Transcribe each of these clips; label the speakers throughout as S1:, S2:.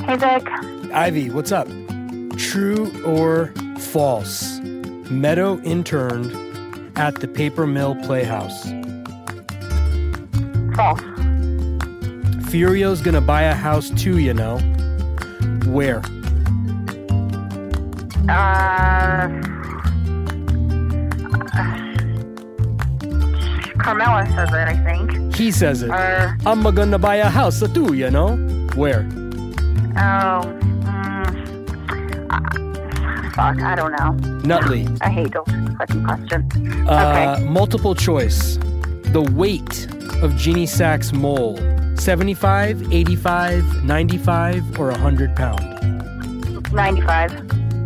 S1: music.
S2: Ivy, what's up? True or false? Meadow interned at the Paper Mill Playhouse.
S1: False.
S2: Furio's gonna buy a house too, you know. Where?
S1: Uh, Carmela says it, I think.
S2: He says it.
S1: Or,
S2: I'm gonna buy a house too, you know. Where?
S1: oh, mm, uh, fuck, I don't know.
S2: Nutley.
S1: I hate those fucking questions.
S2: Uh, Multiple choice. The weight of Jeannie Sack's mole 75, 85, 95, or 100 pound.
S1: okay, 95.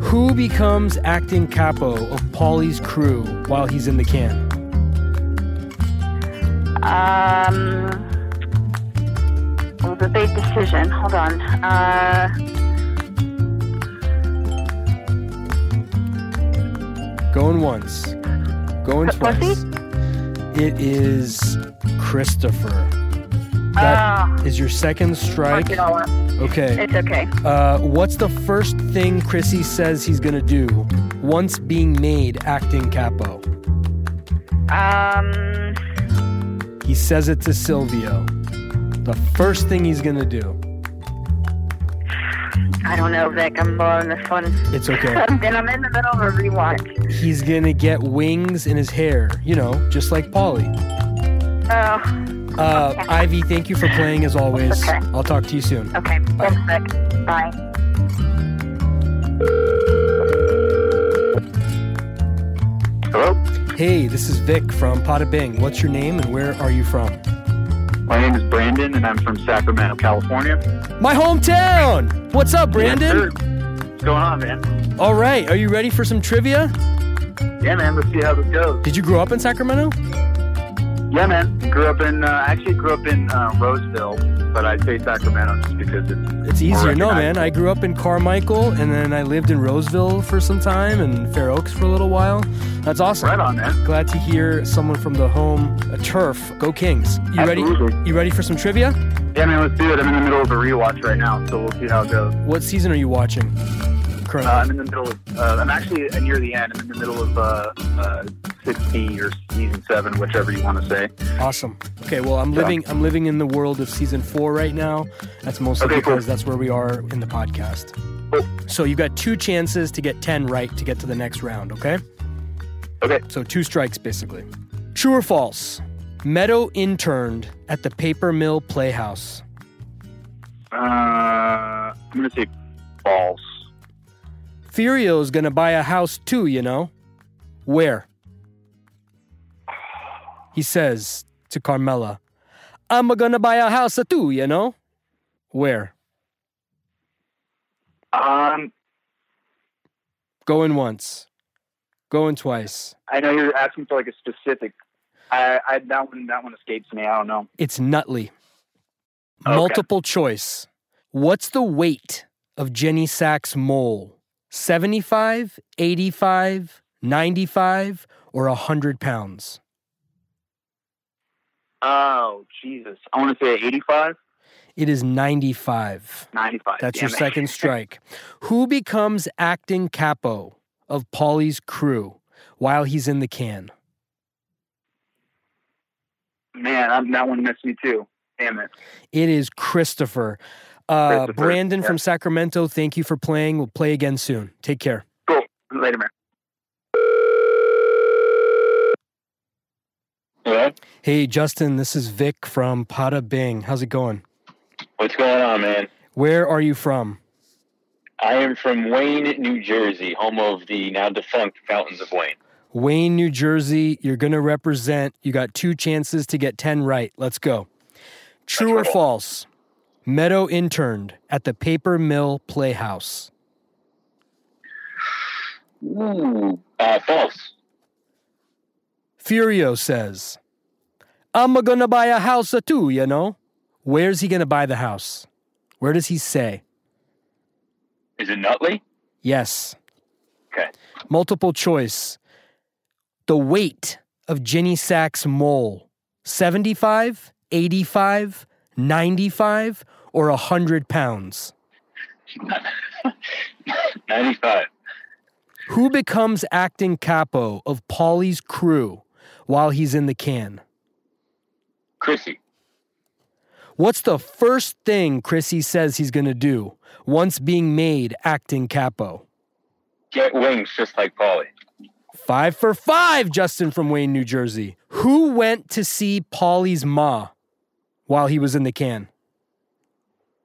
S2: Who becomes acting capo of Paulie's crew while he's in the can?
S1: Um, it was a big decision. Hold on. Uh,
S2: Going once, going
S1: Was
S2: twice. It is Christopher. That is your second strike.
S1: fuck it all up.
S2: Okay.
S1: It's okay.
S2: Uh, what's the first thing Chrissy says he's gonna do once being made acting capo?
S1: Um,
S2: He says it to Silvio. The first thing he's gonna do.
S1: I don't know, Vic. I'm blowing this one.
S2: It's okay.
S1: and I'm in the middle of a rewatch.
S2: he's gonna get wings in his hair, you know, just like Polly.
S1: Oh,
S2: Uh, Ivy, thank you for playing as always.
S1: Okay.
S2: I'll talk to you soon.
S1: okay. Thanks, Vic. Bye.
S3: Hello,
S2: Hey, this is Vic from Pada Bing. What's your name and where are you from?
S3: my name is Brandon, and I'm from Sacramento, California.
S2: My hometown! What's up, Brandon?
S3: Yes, sir. What's going on, man?
S2: All right, are you ready for some trivia?
S3: Yeah, man. Let's see how this goes.
S2: Did you grow up in Sacramento?
S3: Yeah, man. Grew up in, uh, actually grew up in uh, Roseville, but I say Sacramento just because it's
S2: It's
S3: more
S2: easier. No, man.
S3: recognizable.
S2: I grew up in Carmichael, and then I lived in Roseville for some time and Fair Oaks for a little while. That's awesome.
S3: Right on, man.
S2: Glad to hear someone from the home a turf. Go Kings. You ready?
S3: Absolutely.
S2: You ready for some trivia?
S3: Yeah, man. Let's do it. I'm in the middle of a rewatch right now, so we'll see how it goes.
S2: What season are you watching
S3: Uh,
S2: currently?
S3: I'm in the middle of. Uh, I'm actually near the end. I'm in the middle of uh, uh, 60 or season seven, whichever you want to say.
S2: awesome. Okay, well, I'm living I'm living in the world of season 4 right now. That's mostly
S3: Okay, cool.
S2: because that's where we are in the podcast.
S3: Cool.
S2: So you've got two chances to get 10 right to get to the next round, okay?
S3: Okay.
S2: So two strikes basically. True or false? Meadow interned at the Paper Mill Playhouse.
S3: Uh, I'm gonna say false.
S2: Furio's gonna buy a house too, you know. Where? He says to Carmela, I'm gonna buy a house too, you know. Where?
S3: Um,
S2: Going once. Going twice.
S3: I know you're asking for like a specific. I, I that one that one escapes me. I don't know.
S2: It's Nutley.
S3: Okay.
S2: Multiple choice. What's the weight of Jenny Sachs mole? 75, 85, 95, or 100 pounds?
S3: Oh Jesus! I want to say 85,
S2: It is 95.
S3: 95.
S2: That's
S3: Damn
S2: your
S3: it.
S2: second strike. Who becomes acting capo of Paulie's crew while he's in the can?
S3: Man, I'm, that one missed me too. Damn it.
S2: It is Christopher. Uh,
S3: Christopher,
S2: Brandon
S3: yeah.
S2: from Sacramento, thank you for playing. We'll play again soon. Take care.
S3: Cool. Later, man.
S4: Hello?
S2: Hey, Justin, this is Vic from Pada Bing. How's it going?
S4: What's going on, man?
S2: Where are you from?
S4: I am from Wayne, New Jersey, home of the now defunct Fountains of Wayne.
S2: Wayne, New Jersey. You're going to represent. You got two chances to get 10 right. Let's go. True or
S4: roll.
S2: false? Meadow interned at the Paper Mill Playhouse.
S4: Ooh. Uh, false.
S2: Furio says, I'm going to buy a house or two, you know? Where's he going to buy the house? Where does he say?
S4: Is it Nutley?
S2: Yes.
S4: Okay.
S2: Multiple choice. The weight of Jenny Sachs mole 75, 85, 95, or 100 pounds?
S4: 95.
S2: Who becomes acting capo of Paulie's crew while he's in the can?
S4: Chrissy.
S2: What's the first thing Chrissy says he's going to do once being made acting capo?
S4: Get wings just like Polly.
S2: Five for five, Justin from Wayne, New Jersey. Who went to see Paulie's ma while he was in the can?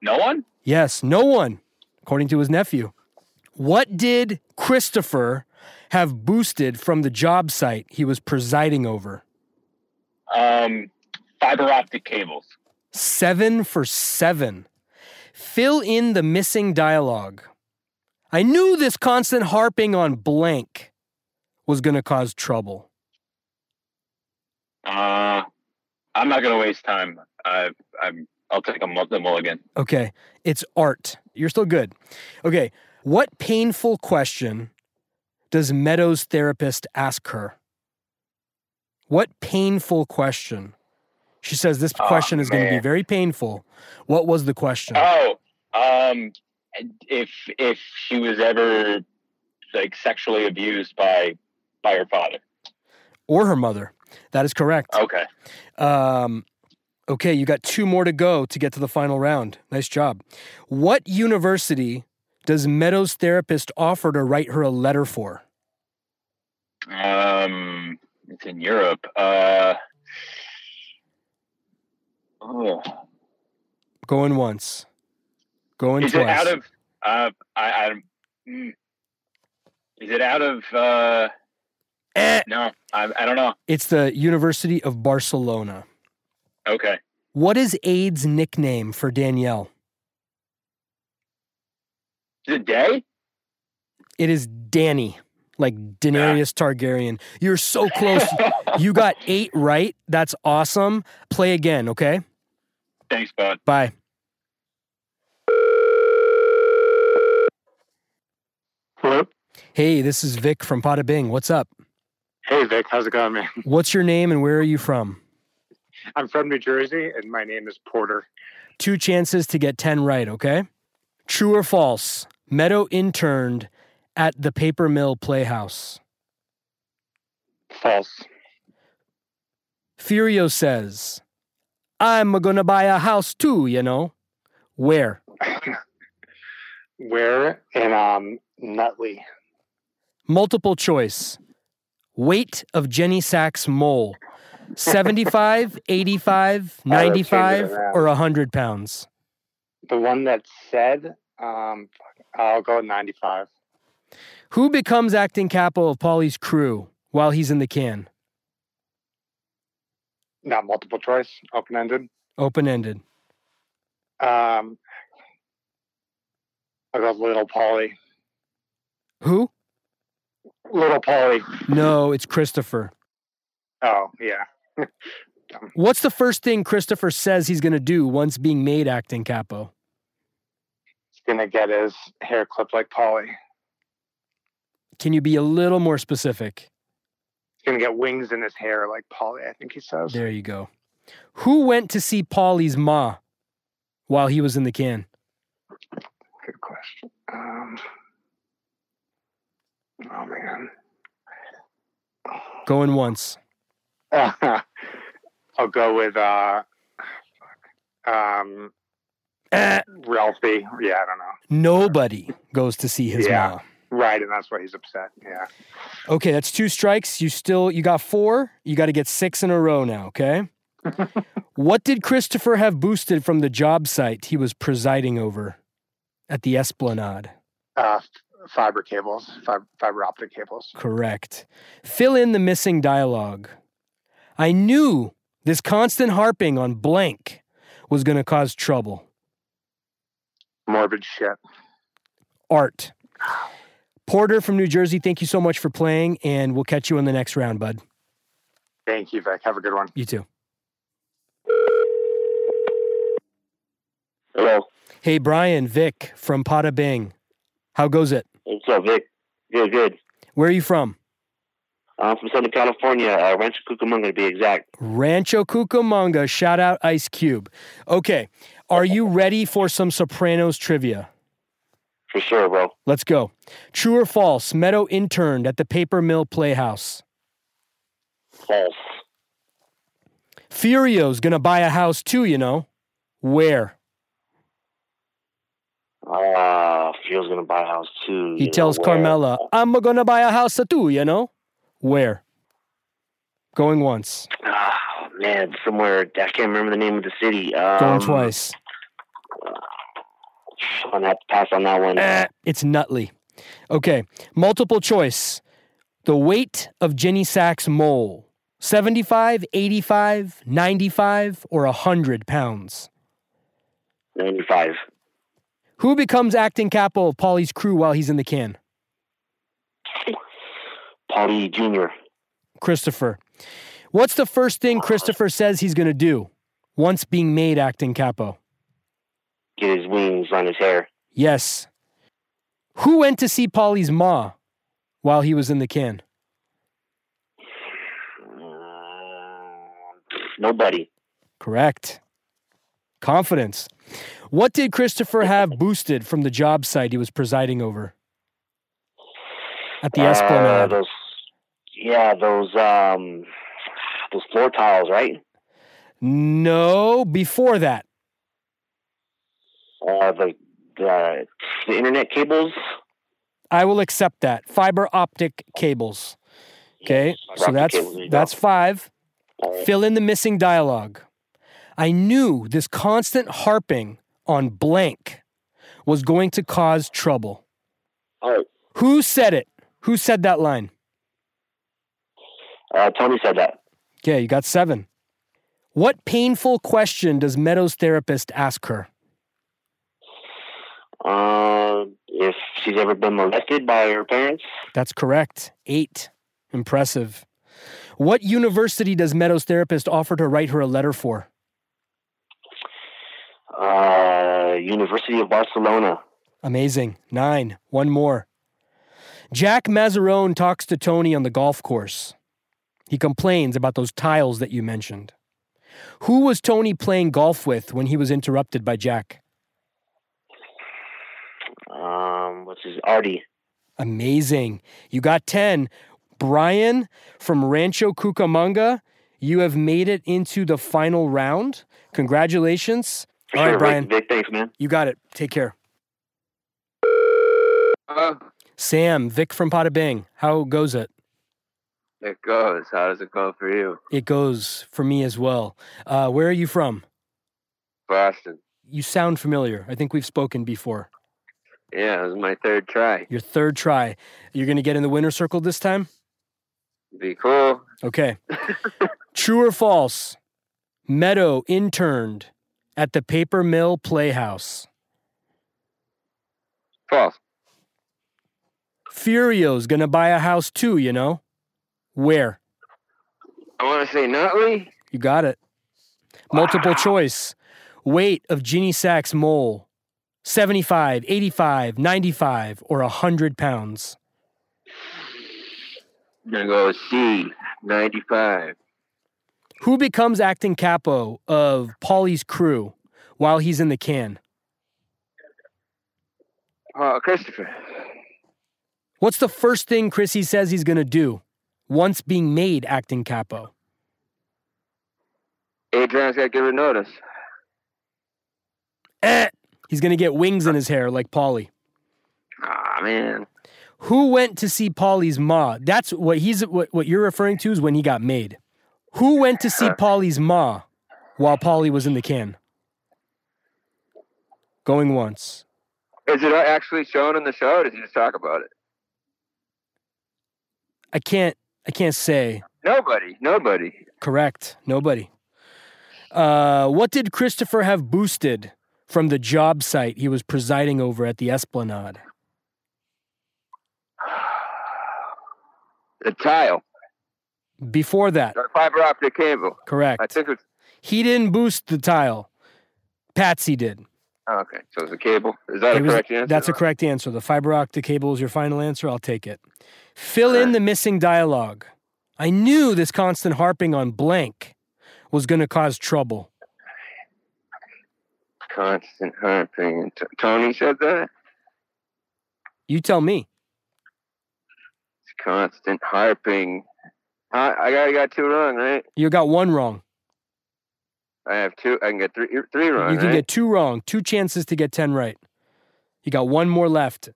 S4: No one?
S2: Yes, no one, according to his nephew. What did Christopher have boosted from the job site he was presiding over?
S4: Um, fiber optic cables.
S2: Seven for seven. Fill in the missing dialogue. I knew this constant harping on blank was going to cause trouble.
S4: Uh, I'm not going to waste time. I, I'm, I'll take a mul- the mulligan.
S2: Okay, it's art. You're still good. Okay, what painful question does Meadows' therapist ask her? What painful question? She says this
S4: Aw,
S2: question is going to be
S4: Oh, man.
S2: very painful. What was the question?
S4: Oh, um, if if she was ever like sexually abused by by her father.
S2: or her mother. That is correct.
S4: Okay. Oh.
S2: Um, okay, you got two more to go to get to the final round. Nice job. What university does Meadows' therapist offer to write her a letter for?
S4: Um, it's in Europe. Uh, oh,
S2: Going once, going
S4: is it
S2: twice.
S4: out of? Uh, I, I mm. is it out of? Uh,
S2: Eh,
S4: no, I, I don't know.
S2: it's the University of Barcelona.
S4: Okay,
S2: What is AIDS' nickname for Danielle?
S4: is it day?
S2: It is Danny, like Daenerys Targaryen. You're so close. you got eight right. That's awesome. Play again, okay?
S4: Thanks, bud.
S2: Bye.
S5: Hello.
S2: Hey, this is Vic from Pada Bing. What's up?
S5: Hey Vic, how's it going, man?
S2: What's your name and where are you from?
S5: I'm from New Jersey, and my name is Porter.
S2: Two chances to get 10 right, okay? True or false? Meadow interned at the Paper Mill Playhouse.
S5: False.
S2: Furio says, I'm gonna buy a house too, you know. Where?
S5: Where in um Nutley?
S2: Multiple choice. Weight of Jenny Sachs mole 75, 85,
S5: that changes
S2: 95,
S5: it around.
S2: or 100 pounds?
S5: The one that said um fuck, I'll go 95.
S2: Who becomes acting capo of Polly's crew while he's in the can?
S5: Not multiple choice, open ended.
S2: Open ended.
S5: Um I'll go little Polly.
S2: Who?
S5: Little Polly.
S2: No, it's Christopher.
S5: Oh, yeah.
S2: What's the first thing Christopher says he's going to do once being made acting capo?
S5: He's gonna get his hair clipped like Polly.
S2: Can you be a little more specific?
S5: He's gonna get wings in his hair like Polly, I think he says.
S2: There you go. Who went to see Polly's ma while he was in the can?
S5: Good question. Um, oh man.
S2: Going once.
S5: I'll go with uh, fuck. um,
S2: Eh,
S5: Ralphie. Yeah, I don't know.
S2: nobody goes to see his
S5: Yeah.
S2: ma.
S5: Right, and that's why he's upset. Yeah.
S2: Okay, that's two strikes. You still you got four. You got to get six in a row now, okay? what did Christopher have boosted from the job site he was presiding over at the Esplanade?
S5: Uh, f- fiber cables, fiber, fiber optic cables.
S2: Correct. Fill in the missing dialogue. I knew this constant harping on blank was going to cause trouble.
S5: Morbid shit.
S2: Art. Porter from New Jersey, thank you so much for playing and we'll catch you in the next round, bud.
S5: Thank you, Vic. Have a good one.
S2: You too.
S4: Hello,
S2: Hey Brian, Vic from Pada Bing. How goes it?
S4: what's up, Vic? Good, good.
S2: Where are you from?
S4: I'm from Southern California, uh, Rancho Cucamonga to be exact.
S2: Rancho Cucamonga, shout out Ice Cube. Okay, are you ready for some Sopranos trivia?
S6: For sure, bro.
S2: Let's go. True or false? Meadow interned at the Paper Mill Playhouse.
S6: False.
S2: Furio's gonna buy a house too, you know. Where?
S6: Ah, Fio's gonna buy a house too.
S2: He
S6: you know,
S2: tells
S6: where? uh,
S2: Carmela, I'm gonna buy a house too, you know. Where? Going once,
S6: Ah, man, somewhere I can't remember the name of the city. Um,
S2: going twice.
S6: I'm gonna have to pass on that one.
S2: Eh, It's Nutley. Okay, multiple choice. The weight of Jenny Sachs mole 75, 85, 95, or 100 pounds.
S6: Ninety-five.
S2: Who becomes acting capo of Polly's crew while he's in the can?
S6: Paulie E. Junior.
S2: Christopher. What's the first thing Christopher says he's going to do once being made acting capo?
S6: Get his wings on his hair.
S2: Yes. Who went to see Polly's ma while he was in the can?
S6: Mm, Nobody.
S2: Correct. Confidence. What did Christopher have boosted from the job site he was presiding over? At the
S6: Uh,
S2: Esplanade.
S6: those, yeah, those um, those floor tiles, right?
S2: No, before that.
S6: Uh, the the the internet cables.
S2: I will accept that. Fiber optic cables. Okay. So
S6: Rocket
S2: that's
S6: cables, there you go.
S2: that's 5.
S6: Alright.
S2: Fill in the missing dialogue. I knew this constant harping on blank was going to cause trouble.
S6: Oh,
S2: Who said it? Who said that line?
S6: uh, Tony said that.
S2: Okay, you got seven. What painful question does Meadows' therapist ask her?
S6: Uh, if she's ever been molested by her parents,
S2: That's correct. Eight. Impressive. What university does Meadows' therapist offer to write her a letter for?
S6: uh, University of Barcelona.
S2: Amazing. Nine. One more. Jack Mazzarone talks to Tony on the golf course. He complains about those tiles that you mentioned. Who was Tony playing golf with when he was interrupted by Jack?
S6: Um, what's his Artie?
S2: Amazing. You got 10. Brian from Rancho Cucamonga, you have made it into the final round. Congratulations.
S6: For
S2: All right,
S6: sure,
S2: Brian.
S6: Rick, Vic, thanks, man.
S2: You got it. Take care.
S7: Uh,
S2: Sam, Vic from Pada Bing, how goes it?
S7: it goes. How does it go for you?
S2: It goes for me as well. Uh, where are you from?
S7: Boston.
S2: You sound familiar. I think we've spoken before.
S7: Yeah, it was my third try.
S2: Your third try. You're going to get in the winner circle this time?
S7: Be cool.
S2: Okay. True or false? Meadow interned at the Paper Mill Playhouse.
S7: False.
S2: Furio's gonna buy a house too, you know? Where?
S7: I want to say Nutley.
S2: You got it. Multiple choice. Weight of Ginny Sachs mole 75, 85, 95, or 100 pounds.
S7: I'm gonna go with C. Ninety-five.
S2: Who becomes acting capo of Polly's crew while he's in the can?
S7: Oh, Christopher.
S2: What's the first thing Chrissy says he's gonna do once being made acting capo?
S7: Adrian's gotta give her notice.
S2: Eh. He's gonna get wings in his hair like Polly.
S7: Ah man.
S2: Who went to see Polly's ma? That's what he's what, what you're referring to is when he got made. Who went to see Polly's ma while Polly was in the can? Going once.
S7: Is it actually shown in the show? Or does he just talk about it?
S2: I can't I can't say
S7: Nobody. Nobody.
S2: correct. Nobody. Uh, what did Christopher have boosted from the job site he was presiding over at the Esplanade?
S7: The tile.
S2: Before that,
S7: The fiber optic cable. I
S2: correct.
S7: think it's
S2: He didn't boost the tile. Patsy did.
S7: oh, okay. So it's a cable. Is that
S2: It
S7: a
S2: was-
S7: correct answer?
S2: That's a correct answer. The fiber optic cable is your final answer. I'll take it. Fill in the missing dialogue. I knew this constant harping on blank was going to cause trouble.
S7: constant harping. T- Tony said that.
S2: You tell me.
S7: It's constant harping. I I got, I got two wrong, right?
S2: You got one wrong.
S7: I have two. I can get three three wrong.
S2: you can
S7: right?
S2: get two wrong, two chances to get 10 right. You got one more left,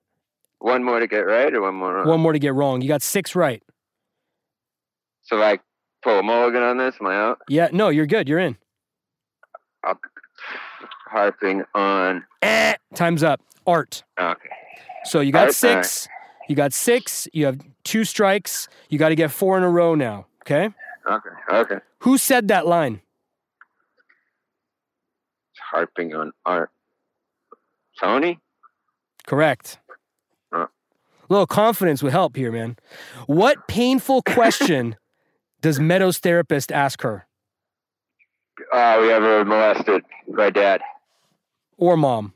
S7: one more to get right, or one more wrong.
S2: one more to get wrong. You got six right.
S7: So like pull a mulligan on this. Am I out?
S2: Yeah, no, you're good. You're in.
S7: Harping on.
S2: Eh, time's up. Art.
S7: Okay.
S2: So you got
S7: Art, all right.
S2: six. You got six. You have two strikes. You got to get four in a row now. Okay.
S7: Okay. Okay.
S2: Who said that line?
S7: Harping on art. Tony.
S2: Correct.
S7: Uh.
S2: A little confidence would help here, man. What painful question does Meadows' therapist ask her
S7: Uh, we ever molested by dad.
S2: or mom?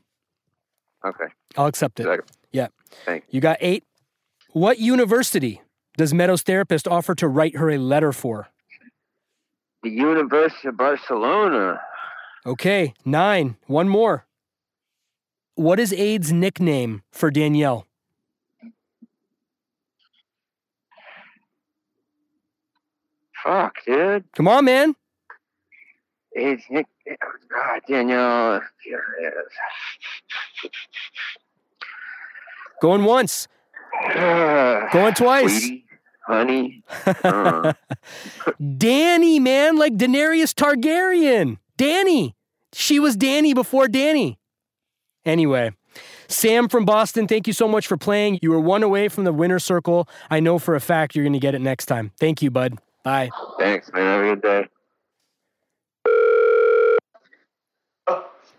S7: Okay.
S2: I'll accept it.
S7: Second.
S2: Yeah.
S7: Thank
S2: You got eight. What university does Meadows' therapist offer to write her a letter for?
S7: The University of Barcelona.
S2: Okay, nine. One more. What is AIDS' nickname for Danielle?
S7: Fuck, dude.
S2: Come on, man.
S7: It's Nick. God, Danielle. Here it is.
S2: Going once,
S7: Ah,
S2: going twice.
S7: sweetie, honey. Uh,
S2: Danny, man, like Daenerys Targaryen. Danny. She was Danny before Danny. Anyway, Sam from Boston, thank you so much for playing. You were one away from the winner's circle. I know for a fact you're going to get it next time. Thank you, bud. Bye.
S7: thanks, man. Have a good day.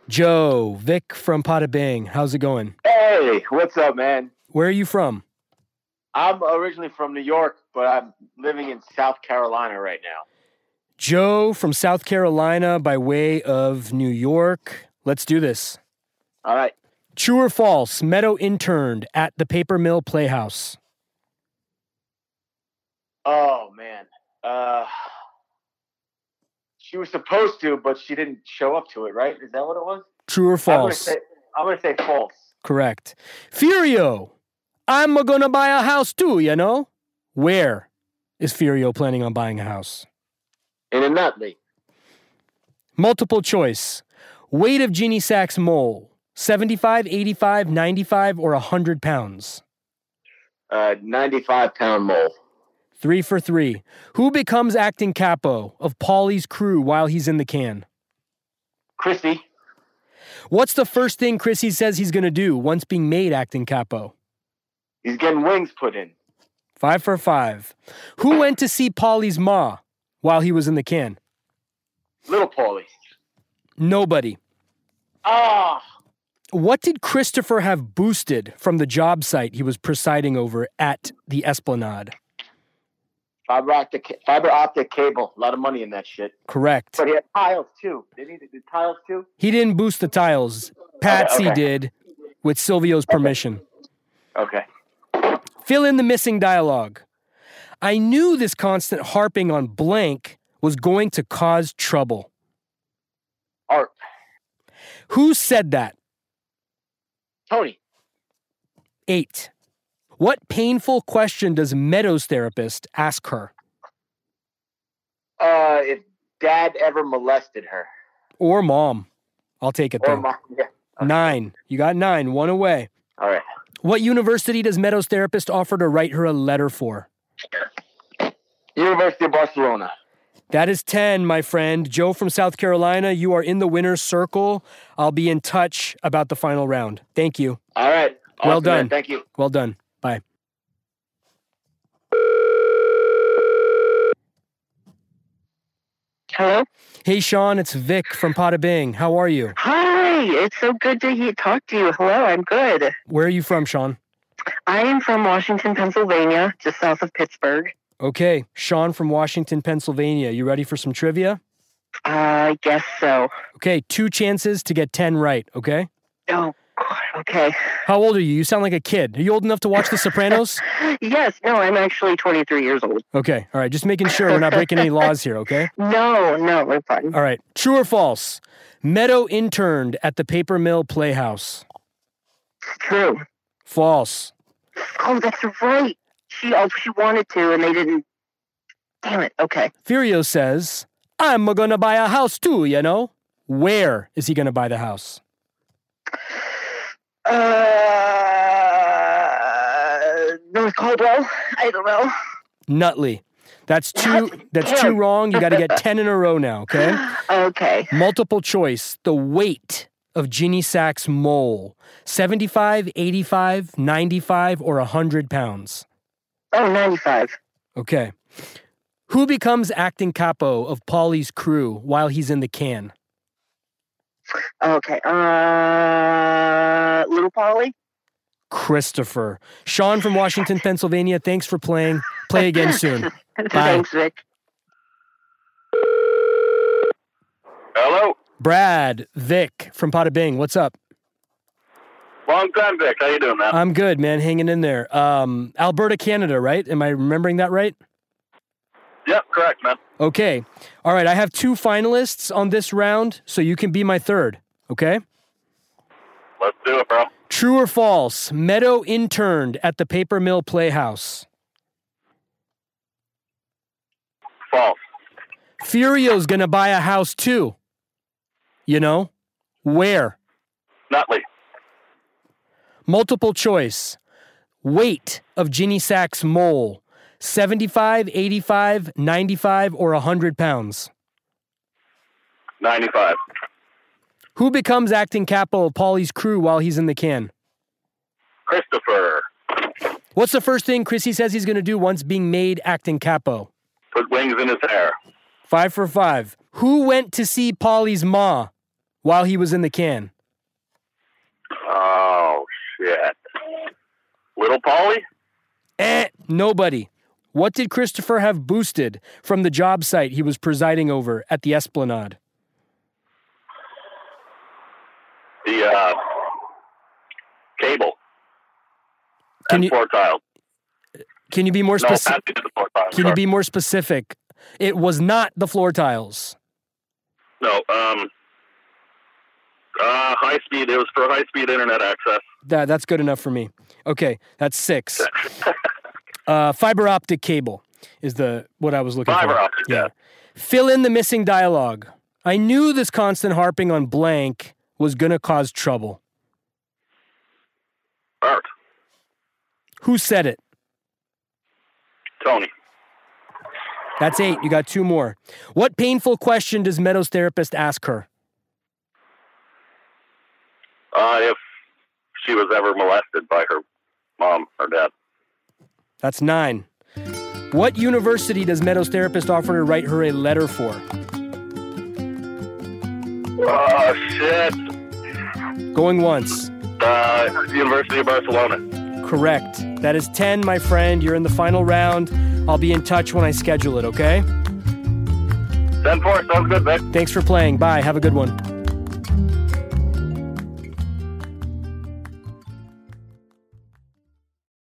S2: Joe, Vic from Potabang. How's it going?
S6: Hey, what's up, man?
S2: Where are you from?
S6: I'm originally from New York, but I'm living in South Carolina right now.
S2: Joe from South Carolina by way of New York. Let's do this.
S6: All right.
S2: True or false, Meadow interned at the Paper Mill Playhouse.
S6: Oh man. Uh, she was supposed to, but she didn't show up to it. Right? Is that what it was?
S2: True or
S6: I'm gonna
S2: false?
S6: say, I'm gonna say false.
S2: Correct. Furio, I'm gonna buy a house too, you know? Where is Furio planning on buying a house?
S6: In a Nutley.
S2: Multiple choice. Weight of Genie Sacks mole 75, 85, 95, or 100 pounds.
S6: Uh, 95 pound mole.
S2: Three for three. Who becomes acting capo of Paulie's crew while he's in the can?
S6: Christy.
S2: What's the first thing Chrissy says he's gonna do once being made acting capo?
S6: He's getting wings put in.
S2: Five for five. Who went to see Paulie's ma while he was in the can?
S6: Little Paulie.
S2: Nobody.
S6: Ah.
S2: What did Christopher have boosted from the job site he was presiding over at the Esplanade?
S6: Fiber optic, fiber optic cable. A lot of money in that shit.
S2: Correct.
S6: But he had tiles too. They needed the tiles too.
S2: He didn't boost the tiles. Patsy
S6: Okay, okay.
S2: did with Silvio's permission.
S6: Okay.
S2: Fill in the missing dialogue. I knew this constant harping on blank was going to cause trouble.
S6: Art.
S2: Who said that?
S6: Tony.
S2: Eight. What painful question does Meadows' therapist ask her?
S6: Uh, if Dad ever molested her
S2: Or mom? I'll take it
S6: or
S2: though.
S6: mom. Yeah.
S2: Nine. You got nine. One away.
S6: All right.
S2: What university does Meadows' therapist offer to write her a letter for?
S6: University of Barcelona.
S2: That is 10, my friend. Joe from South Carolina, you are in the winner's circle. I'll be in touch about the final round. Thank you.
S6: All right.
S2: Well
S6: Awesome, man.
S2: done.
S6: Thank you.
S2: Well done. Bye.
S8: Hello.
S2: Hey, Sean, it's Vic from Pada Bing. How are you?
S8: Hi. It's so good to he- talk to you. Hello. I'm good.
S2: Where are you from, Sean?
S8: I am from Washington, Pennsylvania, just south of Pittsburgh.
S2: Okay, Sean from Washington, Pennsylvania. You ready for some trivia?
S8: I guess so.
S2: Okay, two chances to get 10 right, okay?
S8: Oh, God. Okay.
S2: How old are you? You sound like a kid. Are you old enough to watch The Sopranos?
S8: Yes. No, I'm actually 23 years old.
S2: Okay, all right, just making sure we're not breaking any laws here, okay?
S8: No, no, we're fine.
S2: All right. True or false? Meadow interned at the Paper Mill Playhouse.
S8: It's true.
S2: False.
S8: Oh, that's right. She oh she wanted to and they didn't. Damn it. Okay.
S2: Furio says, I'm gonna buy a house too, you know? Where is he gonna buy the house?
S8: Uh, North Caldwell. I don't know.
S2: Nutley. That's two that's two
S8: Damn.
S2: wrong. You gotta get ten in a row now, okay?
S8: Okay.
S2: Multiple choice. The weight of Ginny Sack's mole 75, 85, 95, or 100 pounds.
S8: Oh, 95.
S2: Okay. Who becomes acting capo of Polly's crew while he's in the can?
S8: Okay. Uh, Little Polly.
S2: Christopher. Sean from Washington, Pennsylvania, thanks for playing. Play again soon.
S8: Thanks, Vic.
S7: Hello,
S2: Brad, Vic from Pada Bing, what's up?
S7: long time Vic. How you doing, man?
S2: I'm good, man, hanging in there. Um, Alberta, Canada, right? Am I remembering that right?
S7: Yep, correct, man.
S2: Okay. All right, I have two finalists on this round, so you can be my third, okay?
S7: Let's do it, bro.
S2: True or false, Meadow interned at the Paper Mill Playhouse.
S7: False.
S2: Furio's gonna buy a house too. You know? Where?
S7: Nutley.
S2: Multiple choice. Weight of Ginny Sack's mole 75, 85, 95, or 100 pounds.
S7: 95.
S2: Who becomes acting capo of Polly's crew while he's in the can?
S7: Christopher.
S2: What's the first thing Chrissy says he's gonna do once being made acting capo?
S7: Put wings in his hair.
S2: Five for five. Who went to see Polly's ma while he was in the can?
S7: Oh, shit. Little Polly?
S2: Eh, nobody. What did Christopher have boosted from the job site he was presiding over at the Esplanade?
S7: The, uh, cable.
S2: Can
S7: and
S2: you-
S7: Portile.
S2: Can you be more
S7: No,
S2: specific?
S7: not the Portile.
S2: Can you be more specific? It was not the floor tiles.
S7: No, um, uh, high speed. It was for high speed internet access.
S2: That, that's good enough for me. Okay, that's six. uh, fiber optic cable is the what I was looking for.
S7: Fiber optic, yeah.
S2: Fill in the missing dialogue. I knew this constant harping on blank was gonna cause trouble.
S7: Art.
S2: Who said it?
S7: Tony.
S2: That's eight. You got two more. What painful question does Meadows therapist ask her?
S7: Uh, if she was ever molested by her mom or dad.
S2: That's nine. What university does Meadows therapist offer to write her a letter for?
S7: Oh, shit.
S2: Going once.
S7: Uh, University of Barcelona.
S2: Correct. That is 10, my friend. You're in the final round. I'll be in touch when I schedule it, okay?
S7: Send for it. Sounds good, Vic.
S2: Thanks for playing. Bye. Have a good one.